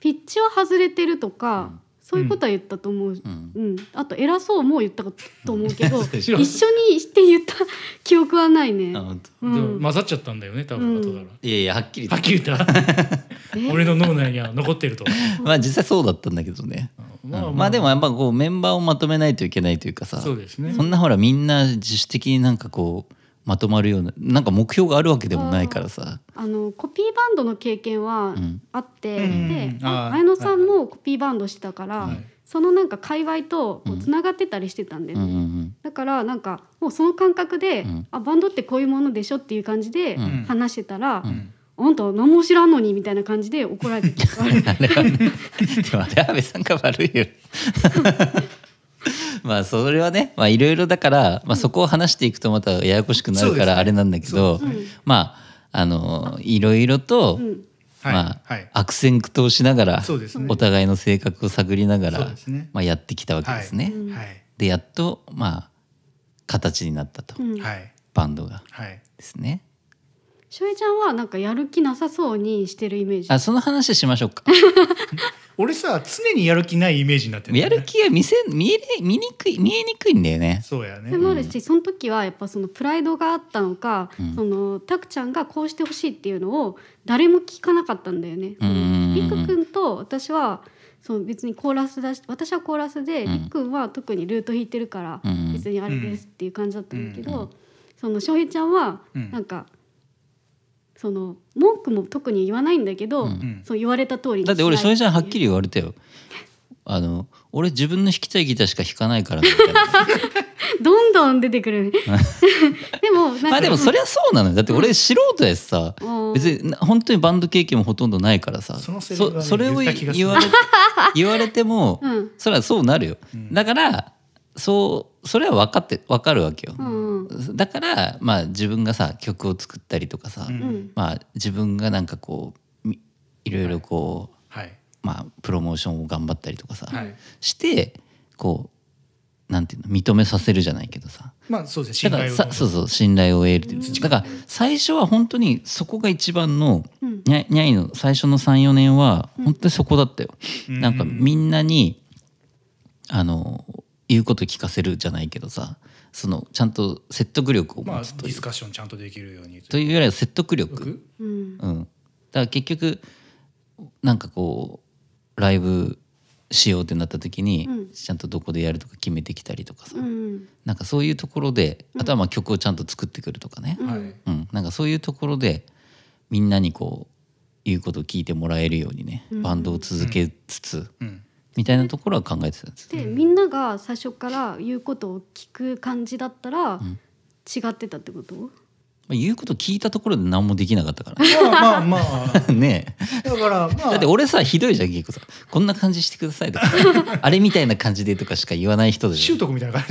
C: ピッチを外れてるとか、そういうことは言ったと思う、
B: ん
C: うん、あと偉そうも言ったと思うけ ど
B: そうで
C: 一
B: し
C: 緒
A: ょ
C: にして言った記憶はないね
B: あ。本当
C: う
A: で
C: ん
A: も混ざっちゃったんだよね多分後だから。
B: いやいやはっきり
A: は
B: 言
A: っ
B: って
A: きり言った。俺の脳内には残ってると。
B: まあ実際そうだったんだけどね、
A: まあ
B: う
A: まあ
B: んまあでもやっぱこうメンバーをまとめないといけないというかさ
A: そうですね
B: そ。んなほらみんな自主的になんかこうまとまるようななんか目標があるわけでもないからさ
C: あのコピーバンドの経験は
B: うん
C: あって、
A: うん
C: で、
A: あ
C: あ
A: ー
C: 綾野さんもコピーバンドしてたから、
A: はい
C: そのなんか界隈とこ
B: う
C: うんつながってたりしてたんで、
B: うんうんうん
C: だからなんかもうその感覚で、
B: うん
C: あバンドってこういうものでしょっていう感じで
B: うん
C: 話してたら、
A: ん
C: あんた何も知らんのにみたいな感じで怒られてた
B: あれはね、でもあれは安倍さんが悪いよ。 まあそれはねまあいろいろだから、まあ、そこを話していくとまたややこしくなるからあれなんだけど、まああのいろいろと、
C: うん
A: はい
B: まあ、
A: はい
B: 悪戦苦闘しながら、
A: そうですね
B: お互いの性格を探りなが
A: そう
B: ら
A: です、ね
B: まあ、やってきたわけですね。
A: は
B: でやっとまあ形になったと、
C: うん
A: いはい
B: バンドが
A: はい。
B: ですね。
C: しょえちゃんはなんかやる気なさそうにしてるイメージ
B: あその話しましょうか。
A: 俺さ常にやる気ないイメージになってんだ
B: や
A: よね
B: る気が見せ見えれ見にくい見えにくいんだよね。
A: そうやね
C: でもあるし、その時はやっぱそのプライドがあったのか、
B: うん
C: そのたくちゃんがこうしてほしいっていうのを誰も聞かなかったんだよね。
B: うんうんうん
C: りくくんと私はその別にコーラスだし私はコーラスで、
B: うん
C: りっくんは特にルート引いてるから
B: うんうん
C: 別にあれですっていう感じだったんだけど、
B: うんうん
C: その翔平ちゃんは
A: うん
C: なんか、その文句も特に言わないんだけど、
A: ん
C: そう言われた通りに
B: だって俺
C: し
B: そ
C: な
B: れ
C: いて
B: じ
C: い
B: ゃ
C: うん
B: はっきり言われたよ。あの俺自分の弾きたいギターしか弾かない からみたいな。
C: どんどん出て くるねでもなんか
B: まあでもそりゃそうなのよだって俺素人やしさ
C: うん
B: 別にな本当にバンド経験もほとんどないからさ
A: そのセリフはね
B: それを
A: 言った気がする
B: 言われ 言われても、
C: うん
B: そりゃそうなるよ、
A: ん
B: だからそうそれは分かって分かるわけよ、
C: うんうん
B: だからまあ自分がさ曲を作ったりとかさ、
A: うん
C: うん
B: まあ自分がなんかこうみいろいろこう、
A: はい
B: まあプロモーションを頑張ったりとかさ、
A: はい
B: してこうなんていうの認めさせるじゃないけどさ、
A: まあそうです
B: だ
A: ね
B: からさそううそう信頼を得るっていうだから最初は本当にそこが一番の
C: うん
B: にゃにゃいの最初の34年は本当にそこだったよ、
A: うん
B: なんかみんなにあの言うこと聞かせるじゃないけどさそのちゃんと説得力を
A: ま
B: 持
A: あデ
B: つと
A: ィ
B: いう,、
A: スカッションちゃんとできるように
B: というよりは説得力、
C: うん
B: うん、だから結局なんかこうライブしようってなった時に、
C: うん
B: ちゃんとどこでやるとか決めてきたりとかさ、
C: うん
B: なんかそういうところであとはまあ曲をちゃんと作ってくるとかね、
A: はい
B: うん、なんかそういうところでみんなにこう言うことを聞いてもらえるようにね、
C: うん
B: バンドを続けつつ、
A: うん
B: みたいなところは考えてたんです
C: でみんなが最初から言うことを聞く感じだったら違ってたってこと、
B: まあ、言うこと聞いたところで何もできなかったから
A: まあまあま あ
B: ねえ
A: だからまあ
B: だって俺さひどいじゃん結構さ「こんな感じしてください」とか「あれみたいな感じで」とかしか言わない人で
A: 習得みたいな感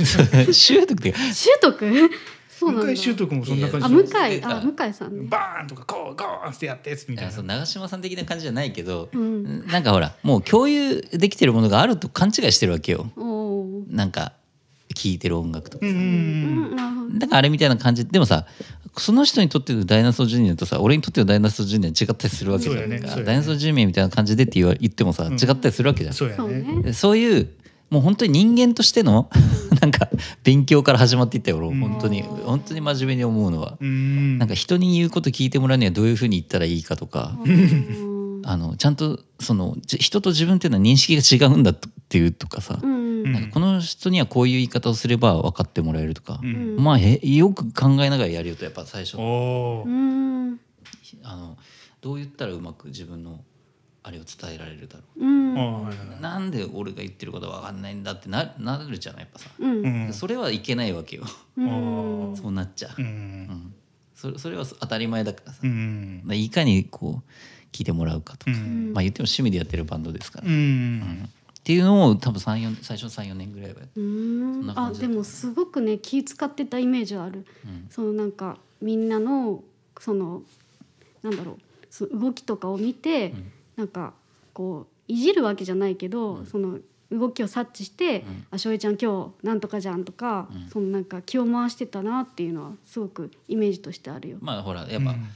A: じ
B: 習得っていうか
C: 習得そうなん
A: 向
C: だ
A: 井習得もそんな感
C: あ
A: じ
C: 向
A: で
C: 井あ向井さんね
A: バーンとかこうゴーンってやってやつみ
B: い
A: たい
B: や
A: な
B: そう長嶋さん的な感じじゃないけど、
C: うん
B: なんかほらもう共有できてるものがあると勘違いしてるわけよ
C: おおー
B: なんか聴いてる音楽とか
A: うんう
B: さ、
A: ん
C: う
A: うん
C: んなるほど
B: だからあれみたいな感じでもさその人にとってのダイナソージュニアとさ俺にとってのダイナソージュニア違ったりするわけじゃ
A: そうだ
B: ん
A: よね
B: か、
A: そうだよね
B: ダイナソージュニアみたいな感じでって言わ言ってもさ、
A: ん
B: 違ったりするわけじゃん
A: そうや
C: そう
A: ね
C: ね
B: でそういうもう本当に人間としての なんか勉強から始まっていったよ俺
A: うん
B: 本当に、本当に真面目に思うのは、
A: うん
B: なんか人に言うこと聞いてもらうにはどういうふうに言ったらいいかとか、
C: うん
B: あのちゃんとそのじ人と自分っていうのは認識が違うんだとっていうとかさ、
C: うん
A: うん
B: なんかこの人にはこういう言い方をすれば分かってもらえるとか、
A: うん
B: まあへよく考えながらやるよとやっぱ最初
A: おお
C: うん
B: あのどう言ったらうまく自分のあれを伝えられるだろ
C: うん
A: ああはいは
B: うなんで俺が言ってることわかんないんだってななるじゃないやっぱさ、
C: うん
A: いうん
B: それはいけないわけよ
C: うん
B: そうなっちゃう、
A: う
B: うんんそれそれは当たり前だからさ、
A: う
B: だ
A: ん
B: からいかにこう聞いてもらうかとか、
A: うん
B: まあ言っても趣味でやってるバンドですから、
A: う
B: うん
A: ん
B: っていうのを多分3 4最初の34年ぐらいはやって
C: うん
B: んな
C: あ
B: 感じだと
C: で
B: 思う
C: もすごくね気使ってたイメージはある、そのなんかみんなのそのなんだろうその動きとかを見て、なんかこういじるわけじゃないけど、その動きを察知して「あしょえちゃん今日なんとかじゃん」とか、そのなんか気を回してたなっていうのはすごくイメージとしてあるよ。
B: まあほらやっぱ、ん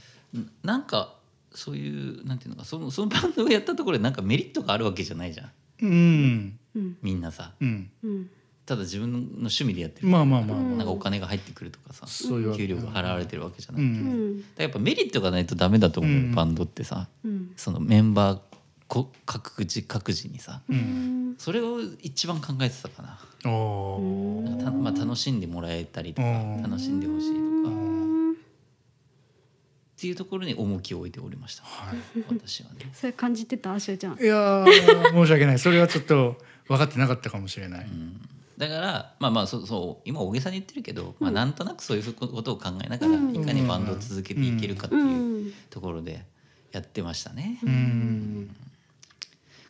B: なんかそういうなんていうのかそのそのバンドをやったところでなんかメリットがあるわけじゃないじゃん
A: うん
C: うん
B: みんなさ
A: うん
C: うん
B: ただ自分の趣味でやってる
A: まあまあまあまあ
B: なんかお金が入ってくるとかさ
A: そういうわけ
B: 給料が払われてるわけじゃな
A: う
B: い、だか
C: うんん
B: らやっぱメリットがないとダメだと思うよ、
A: うん
B: バンドってさ
C: うん
B: そのメンバーこ各自各自にさ
C: うん
B: それを一番考えてたかな
A: おお
B: なんかた、まあ、楽しんでもらえたりとか
A: うん
B: 楽しんでほしいとかっ
C: うん
B: ていうところに重きを置いておりました、私はね。
C: それ感じてたあしょえちゃん
A: いやー申し訳ないそれはちょっと分かってなかったかもしれない
B: だからまあまあそうそう今大げさに言ってるけど、まあ、なんとなくそういうことを考えながら、
C: うん
B: いかにバンドを続けていけるかって
C: う
B: いうんところでやってましたね。
A: うん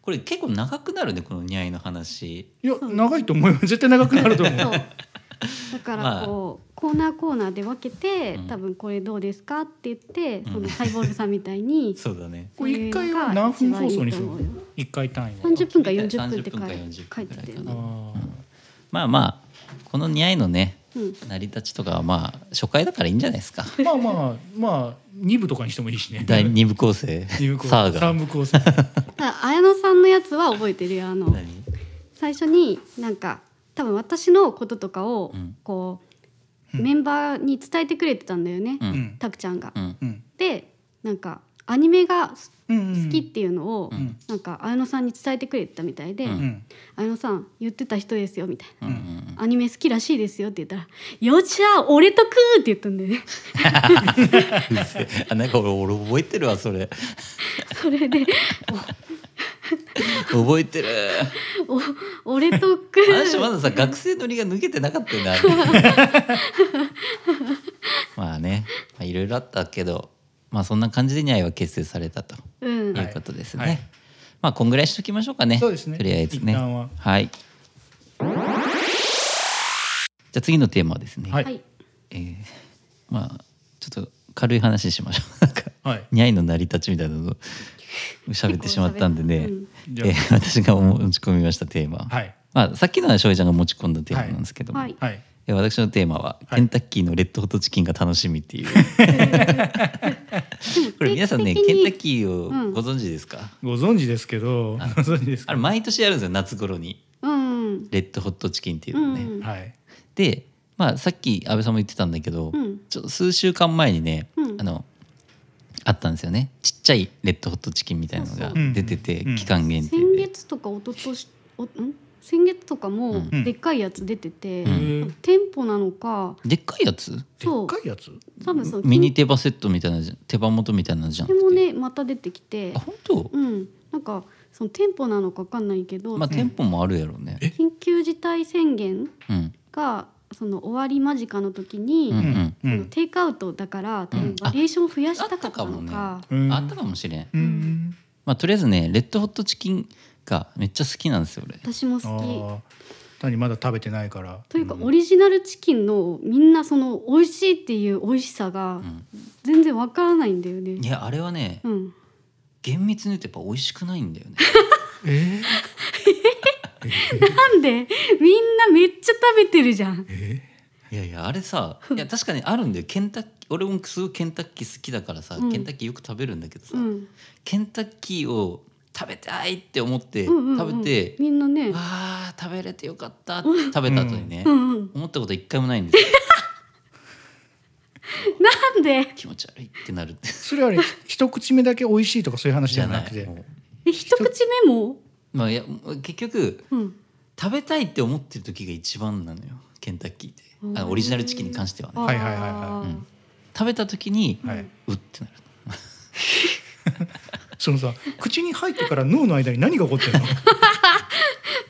B: これ結構長くなるねこのニャイの話。
A: いや長いと思うよ絶対長くなると思
C: そう
A: う
C: だからこう、コーナーコーナーで分けて、多分これどうですかって言って、そのハイボールさんみたいに
B: そうだね
A: これ一回は何分放送にするの一回単位は
C: 三十分か四十分って
B: 30分か40
C: 書い
B: 分
C: て
B: くらいかな
C: たよ
A: あ
C: ね。
B: まあまあこのニャイのね
C: うん
B: 成り立ちとかはまあ初回だからいいんじゃないですか。
A: ーまあまあまあ二部とかにしてもいいしね
B: 第2部構成
A: 二部構成
B: サーが
A: 三部構成
C: だ綾乃さんのやつは覚えてるよあの
D: 何
C: 最初になんか多分私のこととかを
B: うん
C: こう、
A: うん
C: メンバーに伝えてくれてたんだよね、
B: う
A: うんん
C: たくちゃんが。
B: うん
A: うん
C: でなんかアニメがす
A: うん
C: 好きっていうのを、
A: ん
C: なんか綾乃さんに伝えてくれてたみたいで
B: う
C: 「
A: うんうん
C: 綾乃さん言ってた人ですよ」みたいな。
B: うん うん
C: アニメ好きらしいですよって言ったら「よっしゃ俺と食う!」って言ったん だよね
D: あなんか俺俺覚えてるわそれ
C: それで
D: 覚えてる
C: 「お俺と食
D: あの人ま
C: う!
D: ださ学生のりが抜けてなかったよ ねあれまあねまあいろいろあったけどまあそんな感じでニャイは結成されたと」
C: うん
D: いうことですね、
A: はいはい
D: まあこんぐらいしときましょうかね
A: そうですね
D: とりあえずね
A: 一旦は
B: はい
D: じゃあ次のテーマはですね、
A: はい
C: はい
B: えーまあちょっと軽い話しましょ うなんか
A: はい
B: ニャイの成り立ちみたいなのを喋ってしまったんでね、
C: うん
A: じゃあ
B: えー私が持ち込みましたテーマ、
A: はい
B: まあ、さっきのは翔平ちゃんが持ち込んだテーマなんですけども、
C: はい
A: はい
B: えー私のテーマは、
A: はい
B: ケンタッキーのレッドホットチキンが楽しみっていう これ皆さんね
C: 定期的
B: ケ
C: に
B: ンタッキーをご存知ですか、
A: ご存知ですけどご存知です
B: あ
A: か
B: れ毎年やるんですよ夏頃に
C: うん
B: レッドホットチキンっていうのね、
C: うん
A: はい
B: で、まあ、さっき安倍さんも言ってたんだけど、
C: うん
B: ちょっと数週間前にね、
C: うん
B: あのあったんですよねちっちゃいレッドホットチキンみたいなのが出てて、
A: うん
B: 期間限定
C: 先
B: で、
C: 月とか一昨年おん先月とかも
B: うん
C: でっかいやつ出てて、
B: うん
A: へー
C: 店舗なのか
B: でっかいやつ
A: で
C: そ
A: っ
C: う
A: かいやつ
C: 多分そう
B: ミニ手羽セットみたいなじゃん手羽元みたいなのじゃん
C: でもねまた出てきて
B: あ本当、
C: うんなんかその店舗なのかわかんないけど、
B: まあ店舗もあるやろうね
C: 緊急事態宣言
B: うん
C: がその終わり間近の時に、
B: うん
A: う
C: その
A: ん
C: テイクアウトだから多
B: うん
C: 分
B: あ
C: バリエーションを増やしたかった
B: あ
C: の
B: った
C: か
B: か,、
A: うん
B: あったかもしれん、
A: うん
B: まあとりあえずねレッドホットチキンがめっちゃ好きなんですよ俺
C: 私も
A: あ
C: 好
A: ー単にまだ食べてないから
C: きというか、オリジナルチキンのみんなその美味しいっていう美味しさが
B: ん
C: 全然わからないんだよね、
B: いやあれはね
C: うん、
B: 厳密に言うとやっぱ美味しくないんだよね
A: え
C: なんで みんなめっちゃ食べてるじゃ
A: ー、
C: ん
A: え
B: いやいやあれさ いや確かにあるんだよケンタッキー俺もすごいケンタッキー好きだからさ、
C: うん
B: ケンタッキーよく食べるんだけどさ、
C: うん
B: ケンタッキーを食べたいって思って
C: うんうんうん
B: 食べて、
C: みんなね
B: わあ食べれてよかったって食べた後にね、
C: うんうん
B: 思ったこと一回もないんですよ
C: なんで
B: 気持ち悪いってなるって
A: それは ね一口目だけ美味しいとかそういう 話
B: じ
A: じ
B: ゃ
A: ゃな
B: な
A: く
B: い
A: て
B: もう
C: え一口目も
B: まあいやもう結局
C: うん
B: 食べたいって思ってる時が一番なのよケンタッキーって
C: うん
B: あのオリジナルチキンに関してはね
A: はいはいはいはい
B: 食べた時に、
A: はいう
B: ってなる
A: そのさ口に入ってから脳の間に何が起こって るの
C: い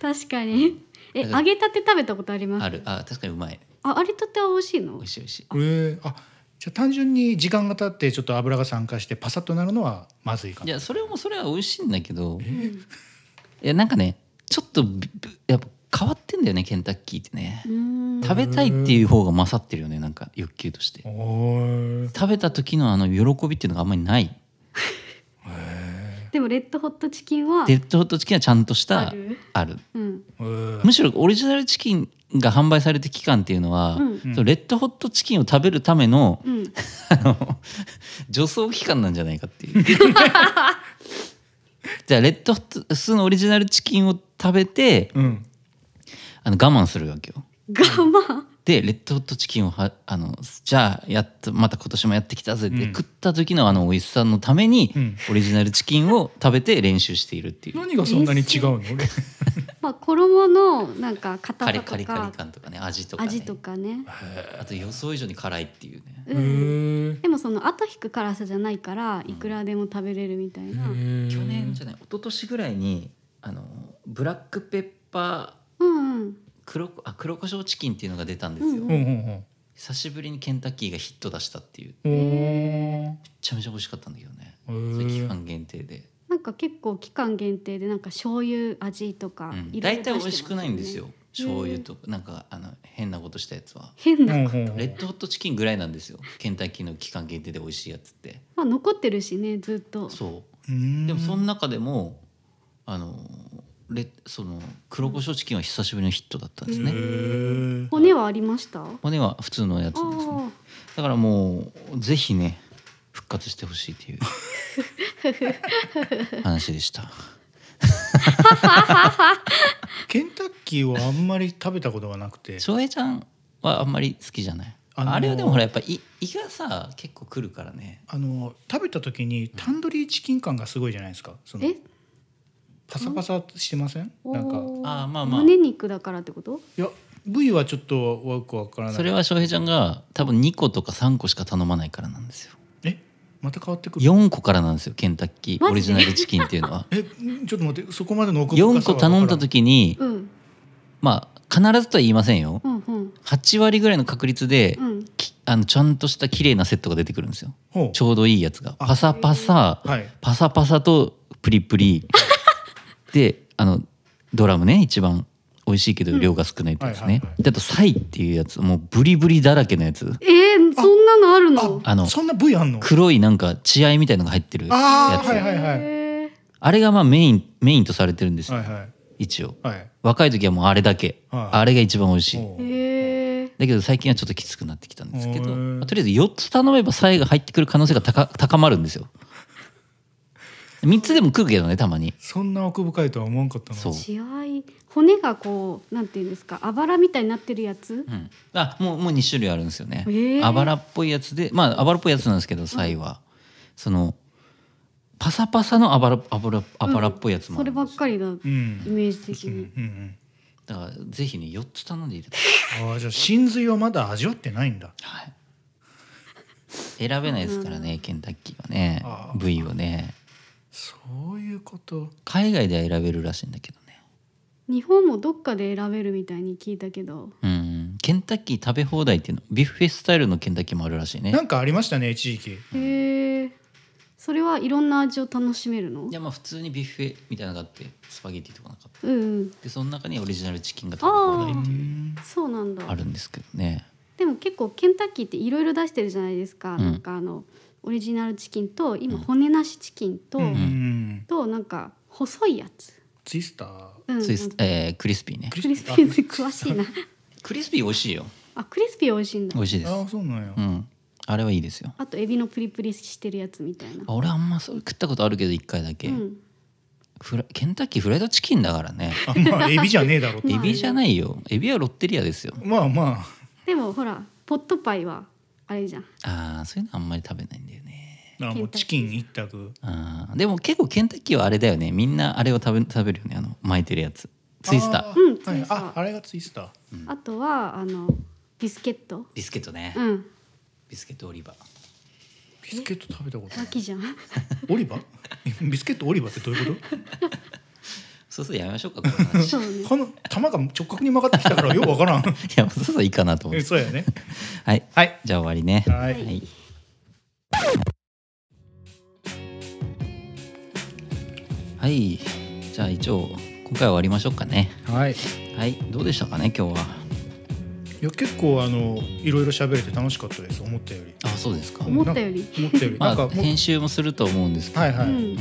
C: 確かにえ
B: だから
C: 揚げたて食べたことあります
B: あるあ確かにうまい
C: あ揚げたては美味しいの
B: 美味しい美味しい
A: えー、あじゃあ単純に時間が経ってちょっと油が酸化してパサッとなるのはまずいか
B: い
A: な
B: やそれはもうそれは美味しいんだけどいやなんかねちょっとびびやっぱ変わってんだよねケンタッキーってね
C: うーん
B: 食べたいっていう方が勝ってるよねなんか欲求として
A: おー
B: 食べた時のあの喜びっていうのがあんまりない
C: でもレッドホットチキンは
B: レッドホットチキンはちゃんとした
C: ある
B: ある
C: うん
A: えー
B: むしろオリジナルチキンが販売されて期間っていうのは、
C: うん
B: そのレッドホットチキンを食べるための
C: うん
B: あの助走期間なんじゃないかっていう。 じゃあレッドホットスのオリジナルチキンを食べて
A: うん
B: あの我慢するわけよ。
C: 我慢
B: でレッドホットチキンをはあのじゃあやっとまた今年もやってきたぜって、食った時のあの美味しさのために、
A: うん
B: オリジナルチキンを食べて練習しているっていう。
A: 何がそんなに違うの俺
C: まあ衣のなんか硬
B: カ
C: さ
B: リ
C: と
B: カ
C: か
B: リカリ感とかね味とかね
C: 味とかね
B: あと予想以上に辛いっていうね。
A: え
C: うん
A: ー
C: でもその後引く辛さじゃないからいくらでも食べれるみたいな
B: 去年じゃない一昨年ぐらいにあのブラックペッパー
C: うんうん
B: 黒こあ黒胡椒チキンっていうのが出たんですよ、
C: うん
A: うんうん
B: 久しぶりにケンタッキーがヒット出したっていうめ
A: うんお
B: ちゃめちゃ美味しかったんだけどね、
A: ー
B: それ期
A: へー
B: 間限定で、
C: なんか結構期間限定でなんか醤油味とか
B: うん
C: いろい
B: 大
C: ろ
B: 体
C: 出
B: 美味しくないんですよ
C: 出して
B: 醤
C: ますよね
B: 油とかなんかあの変なことしたやつは
C: 変な、
A: うん
C: ま
A: うんうん
B: レッドホットチキンぐらいなんですよケンタッキーの期間限定で美味しいやつって
C: あ残ってるしねずっと
B: そううんでもその中でもあのレその黒胡椒チキンは久しぶりのヒットだったんですね、
A: へー
C: 骨はありましたあ
B: 骨は普通のやつですね
C: あ
B: だからもうぜ ひね復活してほしいという話でした。
A: ケンタッキーはあんまり食べたことがなくて
B: 翔平ちゃんはあんまり好きじゃない
A: あ
B: あ,、
A: のー
B: れはでもほらやっぱ胃胃がさ結構くるからね
A: あの食べた時にタンドリーチキン感がすごいじゃないですかその
C: え
A: パサパサしてませんなんか
C: おー
B: あーまあまあ
C: 胸肉だからってこと
A: いや部位はちょっとよくわからない
B: それは翔平ちゃんが多分2個とか3個しか頼まないからなんですよ
A: えまた変わってくる
B: 4個からなんですよケンタッキー
C: マジ
B: オリジナルチキンっていうの は
A: えちょっと待ってそこまでの奥深
B: 4
A: さ
B: 個
A: はわから
B: 頼んだ時に
C: うん
B: まあ必ずとは言いませんよ
C: うんうん
B: 8割ぐらいの確率で、
C: うん
B: きあのちゃんとした綺麗なセットが出てくるんですよ
A: ほ
B: ちょうどいいやつがパサパサ
A: うはい
B: パサパサとプリプ リであのドラムね一番美味しいけど量が少ないってやつ
A: うんはい
B: ね
A: はいは
B: であとサイっていうやつもうブリブリだらけのやつ
C: えー、そんなのあるの
B: あの
A: そんな部位あんの
B: 黒いなんか血合いみたいのが入ってる
A: あ
B: や
A: あ
B: つ
A: はいはいはい
C: へー
B: あれがまあメインメインとされてるんですよ
A: はいはい
B: 一応
A: はい
B: 若い時はもうあれだけ
A: はい
B: あれが一番美味しい
A: ほう
C: へー
B: だけど最近はちょっときつくなってきたんですけ
A: へ
B: ど、
A: ー
B: まあとりあえず4つ頼めばさえが入ってくる可能性が高高まるんです よ3つでも食うけどねたまに
A: そんな奥深いとは思わんかったな
B: そう
C: 血合い骨がこうなんていうんですかあばらみたいになってるや
B: う
C: つ、
B: ん、あもうもう2種類あるんですよね、
C: へー
B: あばらっぽいやつでまああばらっぽいやつなんですけどサイは、そのパサパサのあばらあばらあばらっぽいやつもあ
C: それ
B: るんで
C: ばっ
B: すよ、
C: かりだイ
A: うん
C: メージ的に、
A: うんうん
B: だからぜひね4つ頼んでいただき
A: ああじゃあ真髄はまだ味わってないんだ
B: た い、はい、選べないですからねケンタッキーはね
A: あー
B: 部位をね
A: そういうこと
B: 海外では選べるらしいんだけどね
C: 日本もどっかで選べるみたいに聞いたけど
B: うんケンタッキー食べ放題っていうのビュッフェスタイルのケンタッキーもあるらしいね
A: なんかありましたね一時期
C: へえそれはいろんな味を楽しめるの
B: いやまあ普通にビュッフェみたいなのがあってスパゲティとかなんかあって
C: うんうん
B: でその中にオリジナルチキンが食べ放題っていう
C: そうなんだ
B: あるんですけどね
C: でも結構ケンタッキーっていろいろ出してるじゃないですか、
B: ん
C: なんかあのオリジナルチキンと今骨なしチキンと、
A: うんうん
C: となんか細いやつ、
A: ツイスター
C: うん、
B: ツイスえークリスピーね
C: クリスピーズ詳しいな
B: クリスピー美味しいよ
C: あクリスピー美味しいんだ
B: 美味しいです
A: ああそうなんや
B: うんあれはいいですよ
C: あとエビのプリプリしてるやつみたいな
B: あ俺あんまそれ食ったことあるけど一回だけ、
C: うん
B: フラケンタッキーフライドチキンだからね
A: あまあエビじゃねえだ ろって
B: エビじゃないよエビはロッテリアですよ
A: まあまあ
C: でもほらポットパイはあれじゃん
B: ああそういうのあんまり食べないんだよね
A: あもうチキン一択
B: あーでも結構ケンタッキーはあれだよねみんなあれを食べ食べるよねあの巻いてるやつツイスタ
A: あ
B: ー
A: ー
C: うんツ
A: は
C: イ
A: い
C: スター
A: ああれがツイスター
C: あとはあのビスケット
B: ビスケットね、
C: うん
B: ビスケットオリバ
A: ビスケット食べたことない
C: 脇じ ゃん
A: オリバビスケットオリバってどういうこ
B: そうそうやめましょうかこの 話い
C: そうね
A: とこの球が直角に曲がってきたからよくわからん
B: やもうそう そういいかなと思っ
A: え
B: て
A: そうやね
B: はい
A: はい
B: じゃあ終わりね
A: はい
B: はいはいじゃあ一応今回は終わりましょうかね
A: はい
B: はいどうでしたかね今日はい
A: や結構あのいろいろ喋れて楽しかったです思ったより
B: あそうですか
C: 思ったより
A: 思ったより
B: ま
A: なん
B: あ
A: かもう
B: 編集もすると思うんですけど、
A: はいは
C: う
A: い、
C: ん
B: う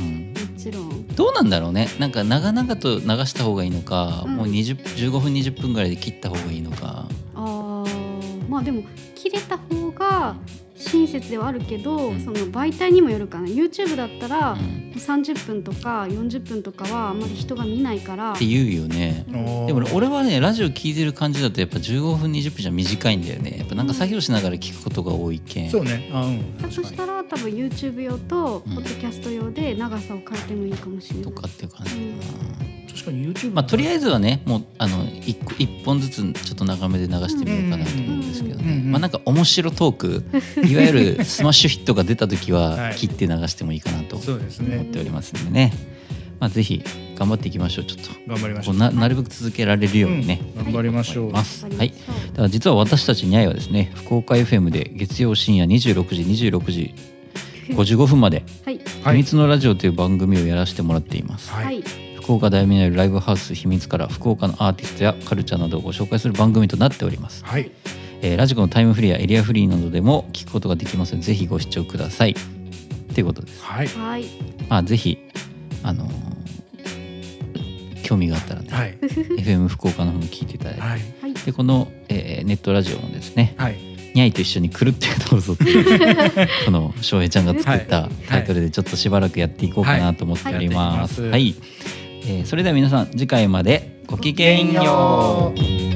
B: ん、
C: もちろん
B: どうなんだろうねなんか長々と流した方がいいのか、
C: うん
B: もう20 15分20分ぐらいで切った方がいいのか
C: あーまあでも切れた方が親切ではあるけど、
B: うん
C: その媒体にもよるかな YouTube だったら、
B: うん
C: 30分とか40分とかはあんまり人が見ないから
B: って言うよね
A: あー
B: でも俺はねラジオ聞いてる感じだとやっぱ15分20分じゃ短いんだよねやっぱなんか作業しながら聞くことが多いけん、
A: そうねあうん
C: だと
A: 確
C: し
A: か
C: たら多分 YouTube 用と
B: うん
C: ポッドキャスト用で長さを変えてもいいかもしれな
B: と
C: い。
B: かっていう感じかな、
A: に確かに YouTube
B: まあとりあ
A: え
B: えずはねもうあの一個一本ずつちょっと長めで流してみようかなと思うんですけどね、
A: うんうん
B: まあなんか面白トークいわゆるスマッシュヒットが出た時
A: は
B: はい切って流してもいいかなと
A: そ
B: 思
A: うです
B: っ
A: ね
B: ておりますんでね、まあぜひ頑張っていきましょうちょっと
A: 頑張りまし
B: こ
A: ょ
B: う
A: う
B: ななるべく続けられるようにね、
A: うん頑張りましょう
B: 頑張ります
C: わかり
B: は
C: ま
B: い
C: した
B: ただ実は私たちニャイはですね福岡 FM で月曜深夜26時26時55分まで
C: はい。
B: 「
A: は
B: 秘
A: い
B: 密のラジオ」という番組をやらせてもらっています
A: は
C: はいい。
B: 福岡大名にあるライブハウス秘密から福岡のアーティストやカルチャーなどをご紹介する番組となっております、
A: はい
B: えーラジコのタイムフリーやエリアフリーなどでも聞くことができますのでぜひご視聴くださいということです
A: はい
C: はい。
B: まあぜひあのー興味があったら ね、
A: はい
B: FM 福岡の方も聞いていただいて、
A: はい
C: はい。
B: でこの、えーネットラジオもですね
A: はい
B: ニャイと一緒に狂ってどうぞっていうこの翔平ちゃんが作った
A: はい
B: タイトルでちょっとしばらくやっていこうかなと思っております。は、
A: はいい
B: は
A: はい
B: いえーそれでは皆さん次回までごきげんよう